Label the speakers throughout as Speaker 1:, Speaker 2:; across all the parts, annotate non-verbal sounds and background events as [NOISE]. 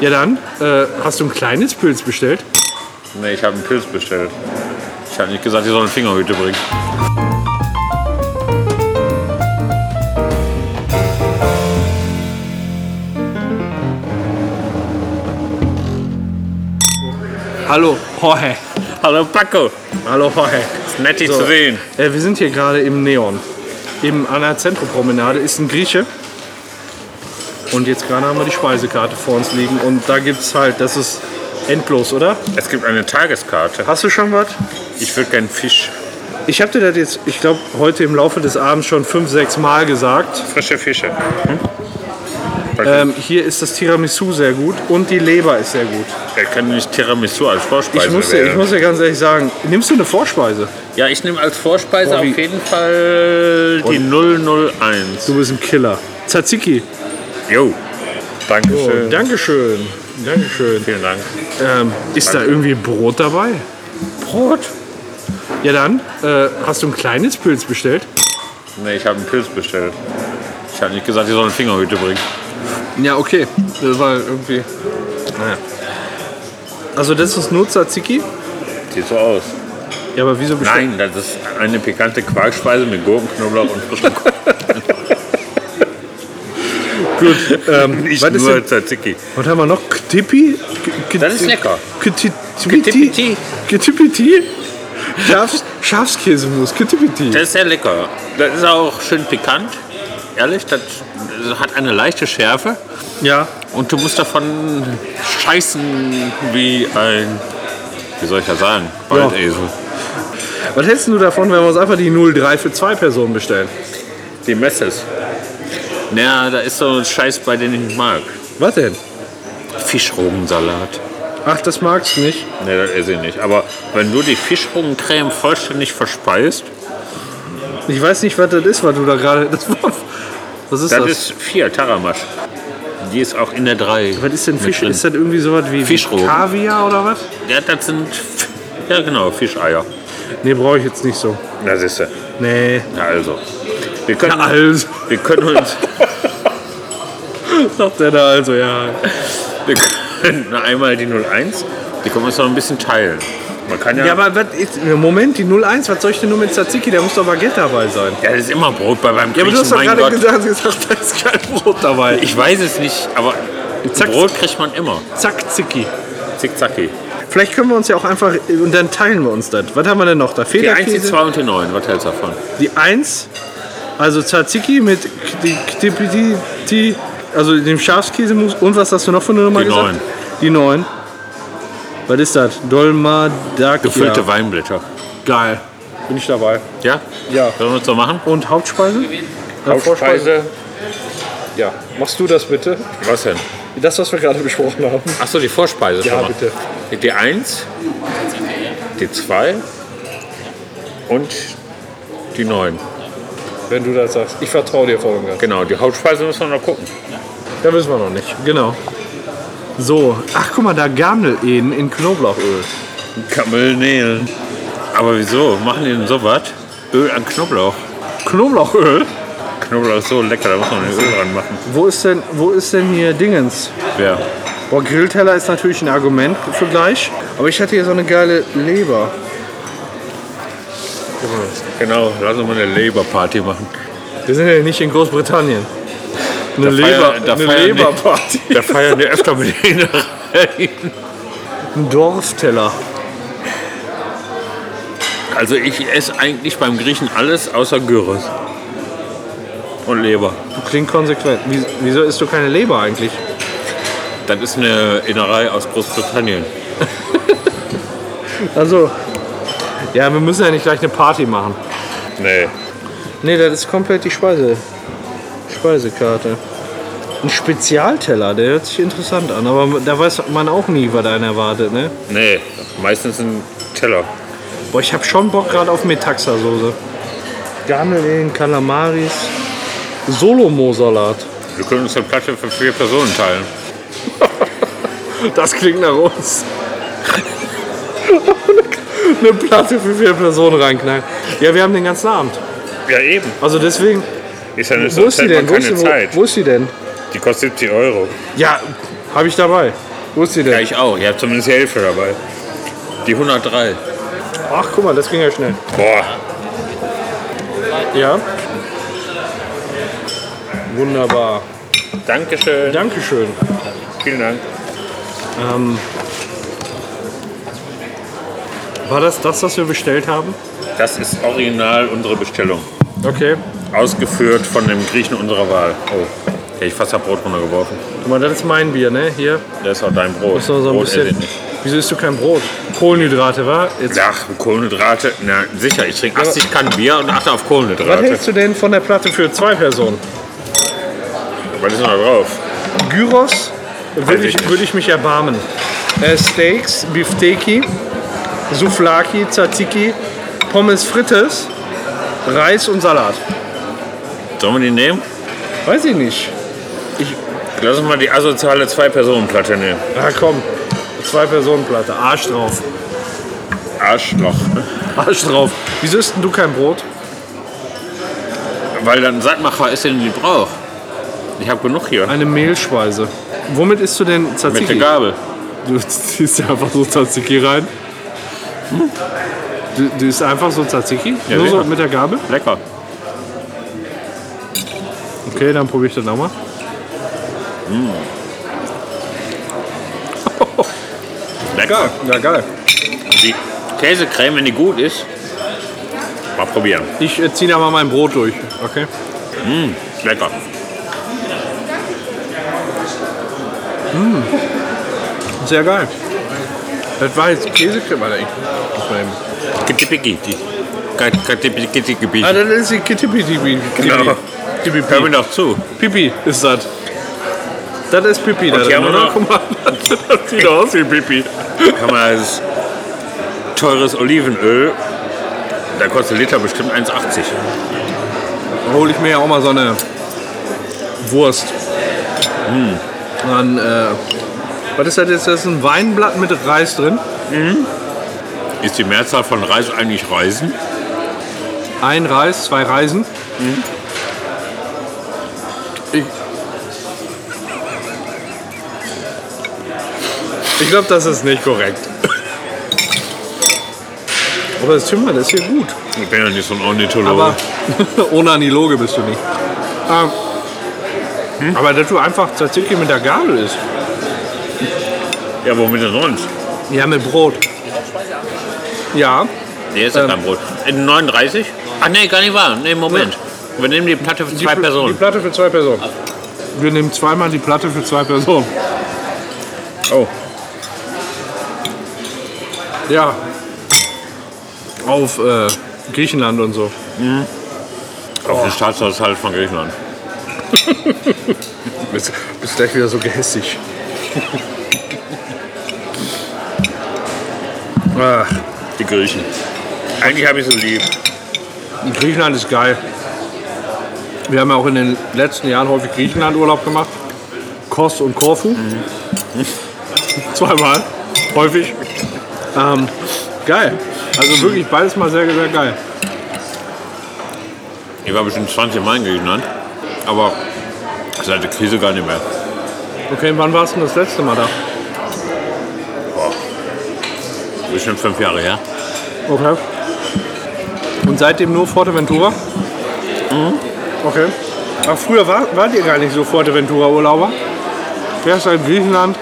Speaker 1: Ja dann, äh, hast du ein kleines Pilz bestellt?
Speaker 2: Nee, ich habe einen Pilz bestellt. Ich habe nicht gesagt, ich soll eine Fingerhüte bringen.
Speaker 1: Hallo, Jorge.
Speaker 2: Hallo Paco,
Speaker 1: Hallo, Jorge.
Speaker 2: ist nett dich
Speaker 1: So.
Speaker 2: zu sehen.
Speaker 1: Äh, wir sind hier gerade im Neon. Im an der Zentropromenade ist ein Grieche. Und jetzt gerade haben wir die Speisekarte vor uns liegen. Und da gibt es halt, das ist endlos, oder?
Speaker 2: Es gibt eine Tageskarte.
Speaker 1: Hast du schon was?
Speaker 2: Ich will keinen Fisch.
Speaker 1: Ich habe dir das jetzt, ich glaube, heute im Laufe des Abends schon fünf, sechs Mal gesagt.
Speaker 2: Frische Fische. Hm?
Speaker 1: Ähm, hier ist das Tiramisu sehr gut und die Leber ist sehr gut.
Speaker 2: Er kann äh, nicht Tiramisu als Vorspeise
Speaker 1: Ich muss, dir,
Speaker 2: wählen.
Speaker 1: ich muss dir ganz ehrlich sagen, nimmst du eine Vorspeise?
Speaker 2: ja, ich nehme als Vorspeise
Speaker 1: Boah, wie-
Speaker 2: auf jeden Fall die 001.
Speaker 1: Du bist ein Killer. Tzatziki.
Speaker 2: Jo,
Speaker 1: Oh,
Speaker 2: Dankeschön.
Speaker 1: Dankeschön. Dankeschön.
Speaker 2: Vielen Dank.
Speaker 1: Ähm, ist da irgendwie Brot dabei? Brot? Ja dann, äh, hast du ein kleines Pilz bestellt?
Speaker 2: Nee, ich habe einen Pilz bestellt. Ich habe nicht gesagt, ich soll eine Fingerhüte bringen.
Speaker 1: Ja, okay. Das war irgendwie. Naja. Also das ist nur Tzatziki?
Speaker 2: Sieht so aus.
Speaker 1: Ja, aber wieso bestellt?
Speaker 2: Nein, das ist eine pikante Quarkspeise mit Gurken, Knoblauch und frischem Kohl.
Speaker 1: [LAUGHS] Gut. Ähm,
Speaker 2: [LAUGHS] Nicht
Speaker 1: was, ist
Speaker 2: nur
Speaker 1: denn,
Speaker 2: Tzatziki.
Speaker 1: was haben wir noch? Ktippi? K-
Speaker 2: Das ist lecker.
Speaker 1: Kti-
Speaker 2: Ktipiti.
Speaker 1: Ktipiti? Ktipiti? Schafs Schafskäsemus. Ktipiti.
Speaker 2: Das ist sehr lecker. Das ist auch schön pikant. Ehrlich, das hat eine leichte Schärfe.
Speaker 1: Ja.
Speaker 2: Und du musst davon scheißen wie ein, wie soll ich das sagen, Waldesel.
Speaker 1: Was hältst du davon, wenn wir uns einfach die 03 für zwei Personen bestellen?
Speaker 2: Die Messes. Naja, da ist so ein Scheiß bei, den ich nicht mag.
Speaker 1: Was denn?
Speaker 2: Fischrogensalat.
Speaker 1: Ach, das magst du nicht.
Speaker 2: Ne, das esse ich nicht. Aber wenn du die Fischrogencreme vollständig verspeist,
Speaker 1: Ich weiß nicht, was das ist, was du da gerade. [LAUGHS] Das war. Was ist
Speaker 2: das,
Speaker 1: das?
Speaker 2: ist 4 Taramasch. Die ist auch in der 3.
Speaker 1: was ist denn Fisch? Ist das irgendwie sowas wie
Speaker 2: Fischrogen.
Speaker 1: Kaviar oder was?
Speaker 2: Ja, das sind, ja genau, Fischeier.
Speaker 1: Nee, brauche ich jetzt nicht so.
Speaker 2: Das ist sie.
Speaker 1: Nee.
Speaker 2: Na also. Wir
Speaker 1: [LAUGHS]
Speaker 2: können,
Speaker 1: Also,
Speaker 2: wir können uns
Speaker 1: sagt er da also, ja.
Speaker 2: wir können [LAUGHS] einmal die 01, die können wir uns noch ein bisschen teilen. Man kann ja,
Speaker 1: Ja, aber was ist, Moment, die 01, was soll ich denn nur mit Tzatziki? Da muss doch Baguette dabei sein.
Speaker 2: Ja, das ist immer Brot bei beim
Speaker 1: Ja,
Speaker 2: Griechen,
Speaker 1: aber du hast doch
Speaker 2: mein
Speaker 1: gerade
Speaker 2: Gott.
Speaker 1: gesagt, gesagt, da ist kein Brot dabei.
Speaker 2: Ich weiß es nicht, aber
Speaker 1: Zack.
Speaker 2: Brot kriegt man immer.
Speaker 1: Zackzicki.
Speaker 2: Zickzacki.
Speaker 1: Vielleicht können wir uns ja auch einfach, und dann teilen wir uns das. Was haben wir denn noch da?
Speaker 2: Die 1, die
Speaker 1: Federkäse,
Speaker 2: 2 und die 9, was hältst du davon?
Speaker 1: die 1, also Tzatziki mit Kti- Ktipiti, Ti- also dem Schafskäsemus. Und was hast du noch für eine Nummer
Speaker 2: Die
Speaker 1: gesagt?
Speaker 2: Neun.
Speaker 1: Die 9. Was ist das? Dolmadakia.
Speaker 2: Gefüllte Weinblätter.
Speaker 1: Geil. Bin ich dabei.
Speaker 2: Ja?
Speaker 1: Ja.
Speaker 2: Sollen wir das so machen?
Speaker 1: Und Hauptspeise? Äh, Vorspeise? Ja. Machst du das bitte?
Speaker 2: Was denn?
Speaker 1: Das, was wir gerade besprochen haben.
Speaker 2: Achso, die Vorspeise. schon mal. Die 1, die 2 und die 9.
Speaker 1: Wenn du das sagst. Ich vertraue dir voll und ganz.
Speaker 2: Genau, die Hauptspeise müssen wir noch gucken.
Speaker 1: Da wissen wir noch nicht. Genau. So. Ach, guck mal, da Garneleden in Knoblauchöl.
Speaker 2: Kamelnähen. Aber wieso? Machen die denn sowas? Öl an Knoblauch.
Speaker 1: Knoblauchöl?
Speaker 2: Knoblauch ist so lecker, da muss man den Öl dran machen.
Speaker 1: Wo ist denn, wo ist denn hier Dingens?
Speaker 2: Wer?
Speaker 1: Boah, Grillteller ist natürlich ein Argument für gleich. Aber ich hatte hier so eine geile Leber.
Speaker 2: Genau, lass uns mal eine Leberparty machen.
Speaker 1: Wir sind ja nicht in Großbritannien. Eine
Speaker 2: feiern-
Speaker 1: Leber,
Speaker 2: da
Speaker 1: eine
Speaker 2: feiern die-
Speaker 1: Leberparty.
Speaker 2: Da feiern wir öfter mit denen rein.
Speaker 1: [LAUGHS] Ein Dorfteller.
Speaker 2: Also ich esse eigentlich beim Griechen alles außer Gyros. Und Leber.
Speaker 1: Klingt konsequent. Wie, wieso isst du keine Leber eigentlich?
Speaker 2: Das ist eine Innerei aus Großbritannien.
Speaker 1: Also, ja, wir müssen ja nicht gleich eine Party machen.
Speaker 2: Nee.
Speaker 1: Nee, das ist komplett die Speise, Speisekarte. Ein Spezialteller, der hört sich interessant an, aber da weiß man auch nie, was einen erwartet, ne?
Speaker 2: Nee, meistens ein Teller.
Speaker 1: Boah, ich hab schon Bock gerade auf Metaxa-Soße. Garnelen, Kalamaris, Solomo-Salat.
Speaker 2: Wir können uns eine Platte für vier Personen teilen.
Speaker 1: Das klingt nach uns. [LAUGHS] Eine Platte für vier Personen reinknallen. Ja, wir haben den ganzen Abend.
Speaker 2: Ja, eben.
Speaker 1: Also deswegen,
Speaker 2: Ist ja nicht
Speaker 1: wo ist die
Speaker 2: hätte
Speaker 1: denn?
Speaker 2: man
Speaker 1: Wo ist, die- wo, wo ist die denn?
Speaker 2: Die kostet 70 Euro.
Speaker 1: Ja, Habe ich dabei. Wo ist die
Speaker 2: Ja,
Speaker 1: denn?
Speaker 2: ich auch. Ich habe zumindest die Hälfte dabei. Die 103.
Speaker 1: Ach, guck mal, das ging ja schnell.
Speaker 2: Boah,
Speaker 1: Ja. Wunderbar.
Speaker 2: Dankeschön.
Speaker 1: Dankeschön.
Speaker 2: Vielen Dank.
Speaker 1: War das das, was wir bestellt haben?
Speaker 2: Das ist original unsere Bestellung.
Speaker 1: Okay.
Speaker 2: Ausgeführt von dem Griechen unserer Wahl. Oh, hätte ich fast das Brot runtergeworfen.
Speaker 1: Guck mal, das ist mein Bier, ne? Hier.
Speaker 2: Das ist auch dein Brot.
Speaker 1: So, so ein
Speaker 2: Brot
Speaker 1: bisschen.
Speaker 2: esse ich
Speaker 1: Wieso isst du kein Brot? Kohlenhydrate, wa? Jetzt.
Speaker 2: nicht. Ach, Kohlenhydrate. Na, sicher, ich trinke 80 Kann Bier und achte auf Kohlenhydrate.
Speaker 1: du denn von der Platte für zwei Personen?
Speaker 2: Was ist denn da drauf?
Speaker 1: Gyros würde ich,
Speaker 2: Richtig.
Speaker 1: würde ich mich erbarmen. Äh, Steaks, Bifteki, Souflaki, Tzatziki, Pommes frites, Reis und Salat.
Speaker 2: Sollen wir die nehmen?
Speaker 1: Weiß ich nicht.
Speaker 2: Lass uns mal die asoziale Zwei-Personen-Platte nehmen.
Speaker 1: Na komm, zwei Personen Platte. Arsch drauf.
Speaker 2: Arschloch.
Speaker 1: Arsch drauf. Wieso isst denn du kein Brot?
Speaker 2: Weil dann Sattmacher ist, den ich brauche. Ich habe genug hier.
Speaker 1: Eine Mehlspeise. Womit isst du denn
Speaker 2: Mit der
Speaker 1: Tzatziki?
Speaker 2: Gabel.
Speaker 1: Du ziehst ja einfach so Tzatziki rein. Du, du isst einfach so Tzatziki?
Speaker 2: Ja,
Speaker 1: Nur so
Speaker 2: sicher.
Speaker 1: mit der Gabel?
Speaker 2: Lecker.
Speaker 1: Okay, dann probiere ich das nochmal.
Speaker 2: Lecker.
Speaker 1: ja geil.
Speaker 2: Die Käsecreme, wenn die gut ist, mal probieren.
Speaker 1: Ich äh, ziehe da mal mein Brot durch. Okay. Mm.
Speaker 2: Lecker.
Speaker 1: Sehr geil. Das war jetzt Käsecreme, Alter. Ich muss mal eben.
Speaker 2: Kittipiki. Kittipiki.
Speaker 1: Ah, das ist die Kittipi-Tipi.
Speaker 2: Genau. Hör mir doch zu.
Speaker 1: Pipi ist das. Das ist Pipi.
Speaker 2: Und
Speaker 1: da
Speaker 2: hier haben
Speaker 1: drin,
Speaker 2: wir
Speaker 1: oder?
Speaker 2: noch-
Speaker 1: Guck mal, [LAUGHS] das sieht aus wie Pipi.
Speaker 2: Kann man das teures Olivenöl, da kostet Liter bestimmt 1,80.
Speaker 1: Da hole ich mir ja auch mal so eine Wurst. Hm. Dann, äh, was ist das jetzt? Das ist ein Weinblatt mit Reis drin.
Speaker 2: Ist die Mehrzahl von Reis eigentlich Reisen?
Speaker 1: Ein Reis, zwei Reisen. Ich, ich glaube, das ist nicht korrekt. Aber das Zimmer, das ist hier gut.
Speaker 2: Ich bin ja nicht so ein Ornithologe.
Speaker 1: Aber [LAUGHS] ohne Aniloge bist du nicht. Ähm, Aber dass du einfach Tzatziki mit der Gabel isst.
Speaker 2: ja, womit denn sonst?
Speaker 1: Ja, mit Brot. Ja,
Speaker 2: Nee, ist ja kein Brot. In 39? Ach nee, gar nicht wahr. Nee, Moment. Wir nehmen die Platte für zwei
Speaker 1: die, Pl- Die
Speaker 2: Personen.
Speaker 1: Platte für zwei Personen. Wir nehmen zweimal die Platte für zwei Personen.
Speaker 2: Oh.
Speaker 1: Ja. Auf äh, Griechenland und so.
Speaker 2: Auf den Staatshaushalt von Griechenland.
Speaker 1: Bist, bist gleich wieder so gehässig. Ach,
Speaker 2: Die Griechen. Eigentlich habe ich sie lieb.
Speaker 1: Griechenland ist geil. Wir haben ja auch in den letzten Jahren häufig Griechenland-Urlaub gemacht. Kos und Korfu. [LAUGHS] Zweimal. Häufig. Ähm, geil. Also wirklich beides mal sehr, sehr geil.
Speaker 2: Ich war bestimmt 20 Mal in Griechenland. Aber seit der Krise gar nicht mehr.
Speaker 1: Okay, wann warst du denn das letzte Mal da?
Speaker 2: Bestimmt fünf Jahre her.
Speaker 1: Okay. Und seitdem nur Forteventura? Mhm. Okay. Ach, früher war, wart ihr gar nicht so Forteventura-Urlauber? Erst in Griechenland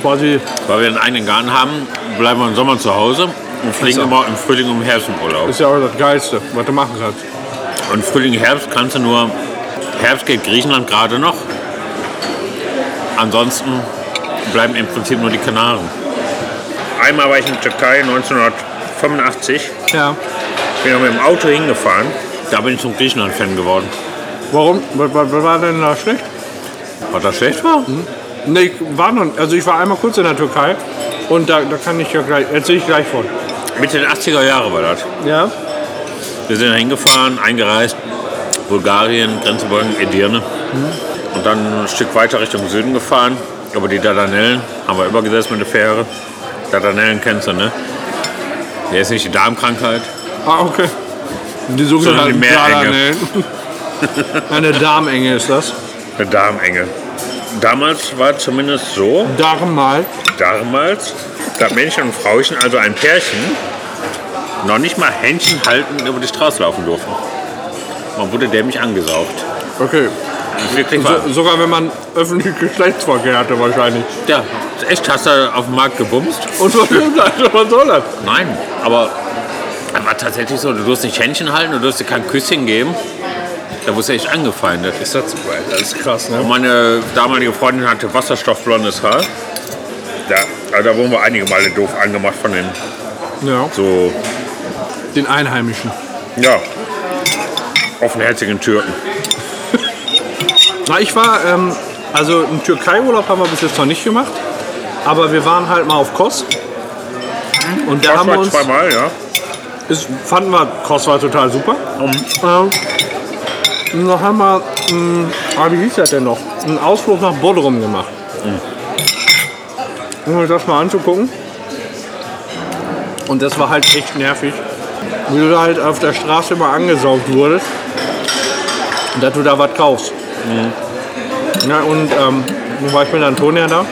Speaker 1: quasi
Speaker 2: Weil wir einen eigenen Garten haben, bleiben wir im Sommer zu Hause und fliegen
Speaker 1: Ach so.
Speaker 2: immer im Frühling und im Herbst im Urlaub.
Speaker 1: ist ja auch das Geilste, was du machen kannst.
Speaker 2: Und Frühling, Herbst kannst du nur. Herbst geht Griechenland gerade noch. Ansonsten bleiben im Prinzip nur die Kanaren. Einmal war ich in der Türkei 1985,
Speaker 1: Ja.
Speaker 2: bin da mit dem Auto hingefahren. Da bin ich zum Griechenland-Fan geworden.
Speaker 1: Warum? Was, was, was war denn da schlecht? Hm?
Speaker 2: War das schlecht? War?
Speaker 1: Nee, ich war noch, also ich war einmal kurz in der Türkei und da, da kann ich ja gleich, erzähle ich gleich von.
Speaker 2: Mitte der 80er Jahre war das.
Speaker 1: Ja?
Speaker 2: Wir sind da hingefahren, eingereist, Bulgarien, Grenze Bulgarien, Edirne. Und dann ein Stück weiter Richtung Süden gefahren, über die Dardanellen, haben wir übergesetzt mit der Fähre. Dardanellen kennst du, ne? Der ist nicht die Darmkrankheit.
Speaker 1: Ah, okay. Die halt
Speaker 2: Sondern die
Speaker 1: sogenannten
Speaker 2: Meerenge.
Speaker 1: [LAUGHS] Dardanellen. Eine Darmenge ist das.
Speaker 2: Eine Darmenge. damals war zumindest so,
Speaker 1: Darum mal.
Speaker 2: damals, dass Männchen und Frauchen, also ein Pärchen, noch nicht mal Händchen halten über die Straße laufen durften. Man wurde dämlich angesaugt.
Speaker 1: Okay.
Speaker 2: Wirklich wahr.
Speaker 1: So, sogar wenn man öffentlichen Geschlechtsverkehr hatte wahrscheinlich.
Speaker 2: Ja, echt, hast du auf dem Markt gebumst?
Speaker 1: Und was soll das? Was soll das?
Speaker 2: Nein, aber es war tatsächlich so, du durfst nicht Händchen halten, du durfst dir kein Küsschen geben. Da wurdest du echt angefeindet.
Speaker 1: Ist das so, Alter? Das ist krass, ne?
Speaker 2: Meine damalige Freundin hatte wasserstoffblondes Haar. Da, also da wurden wir einige Male doof angemacht von den
Speaker 1: Ja.
Speaker 2: so,
Speaker 1: Den Einheimischen.
Speaker 2: ja, offenherzigen Türken.
Speaker 1: Na, ich war, ähm, also einen Türkei-Urlaub haben wir bis jetzt noch nicht gemacht. Aber wir waren halt mal auf Kos. Und da
Speaker 2: Das
Speaker 1: haben wir
Speaker 2: war
Speaker 1: uns,
Speaker 2: zweimal, ja.
Speaker 1: ist, fanden wir, Kos war total super. Ähm, und da haben wir, ähm, ah, wie hieß das denn noch? Einen Ausflug nach Bodrum gemacht. Um euch das mal anzugucken. Und das war halt echt nervig. Wie du da halt auf der Straße immer angesaugt wurdest. Und dass du da was kaufst.
Speaker 2: Mhm.
Speaker 1: Ja, und ähm, nun war ich mit Antonia da.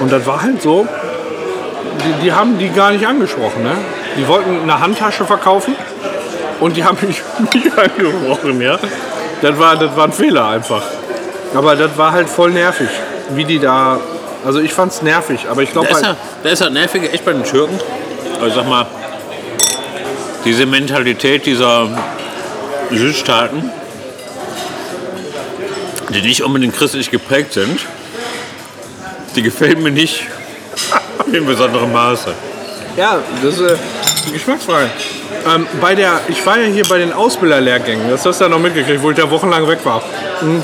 Speaker 1: Und das war halt so, die, die haben die gar nicht angesprochen. Ne? Die wollten eine Handtasche verkaufen und die haben [LAUGHS] mich, mich angesprochen. Ja? Das, war, das war ein Fehler einfach. Aber das war halt voll nervig, wie die da. Also ich fand's nervig, aber ich glaube
Speaker 2: Da ist, ja,
Speaker 1: halt.
Speaker 2: da ist ja nervige echt bei den Türken. Also sag mal, diese Mentalität dieser Südstaaten, die nicht unbedingt christlich geprägt sind, die gefällt mir nicht [LAUGHS] in besonderem Maße.
Speaker 1: Ja, das ist äh, eine Geschmacksfrage. Ähm, bei der, ich war ja hier bei den Ausbilderlehrgängen, das hast du ja noch mitgekriegt, wo ich da wochenlang weg war. Mhm.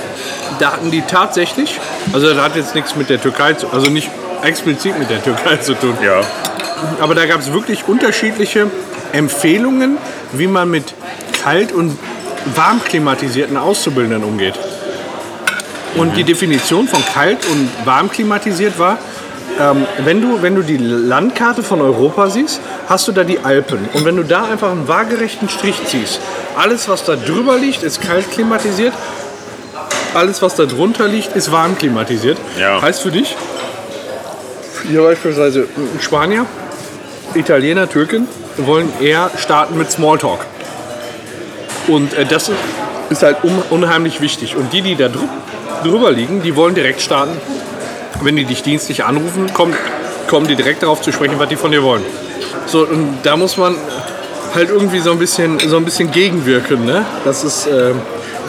Speaker 1: Da hatten die tatsächlich, also das hat jetzt nichts mit der Türkei zu also nicht explizit mit der Türkei zu tun,
Speaker 2: Ja.
Speaker 1: aber da gab es wirklich unterschiedliche Empfehlungen, wie man mit kalt- und warm klimatisierten Auszubildenden umgeht. Und die Definition von kalt und warm klimatisiert war, ähm, wenn, du, wenn du die Landkarte von Europa siehst, hast du da die Alpen. Und wenn du da einfach einen waagerechten Strich ziehst, alles, was da drüber liegt, ist kalt klimatisiert. Alles, was da drunter liegt, ist warm klimatisiert.
Speaker 2: Ja.
Speaker 1: Heißt für dich, hier beispielsweise Spanier, Italiener, Türken wollen eher starten mit Smalltalk. Und äh, das ist halt un unheimlich wichtig. Und die, die da drü drüber liegen, die wollen direkt starten. Wenn die dich dienstlich anrufen, kommen, kommen die direkt darauf zu sprechen, was die von dir wollen. So, und da muss man halt irgendwie so ein bisschen, so ein bisschen gegenwirken. Ne? Das ist, ähm,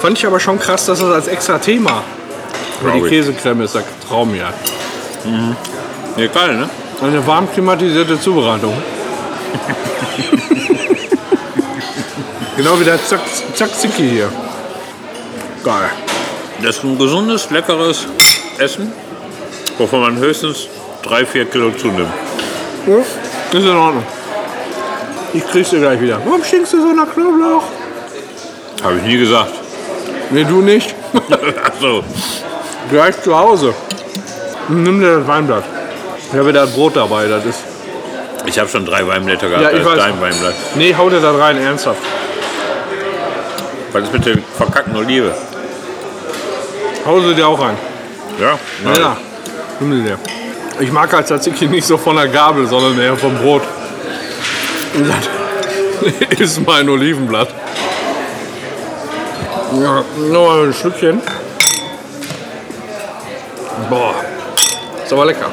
Speaker 1: fand ich aber schon krass, dass das als extra Thema für die
Speaker 2: Traurig.
Speaker 1: Käsecreme ist. Sagt Traum ja.
Speaker 2: Ja, geil, ne?
Speaker 1: Eine warm klimatisierte Zubereitung. genau wie der Zak- Tzatziki hier. Geil.
Speaker 2: Das ist ein gesundes, leckeres Essen, wovon man höchstens drei, vier Kilo zunimmt.
Speaker 1: Ja, ist in Ordnung. Ich krieg's dir gleich wieder. Warum stinkst du so nach Knoblauch?
Speaker 2: Habe ich nie gesagt. [LAUGHS]
Speaker 1: Nee, du nicht.
Speaker 2: also,
Speaker 1: gleich zu Hause. Nimm dir das Weinblatt. Ich habe da Brot dabei, das ist.
Speaker 2: ich habe schon drei Weinblätter gehabt,
Speaker 1: Ja, ich
Speaker 2: da ist
Speaker 1: weiß.
Speaker 2: dein Weinblatt.
Speaker 1: Nee, hau dir das rein, ernsthaft.
Speaker 2: Was ist mit der verkackten Olive?
Speaker 1: Hau sie dir auch rein.
Speaker 2: Ja,
Speaker 1: Ja, ja. nimm sie dir. Ich mag halt Tzatziki nicht so von der Gabel, sondern eher vom Brot. Und das [LAUGHS] ist mein Olivenblatt. Ja, nur mal ein Stückchen. Boah, ist aber lecker.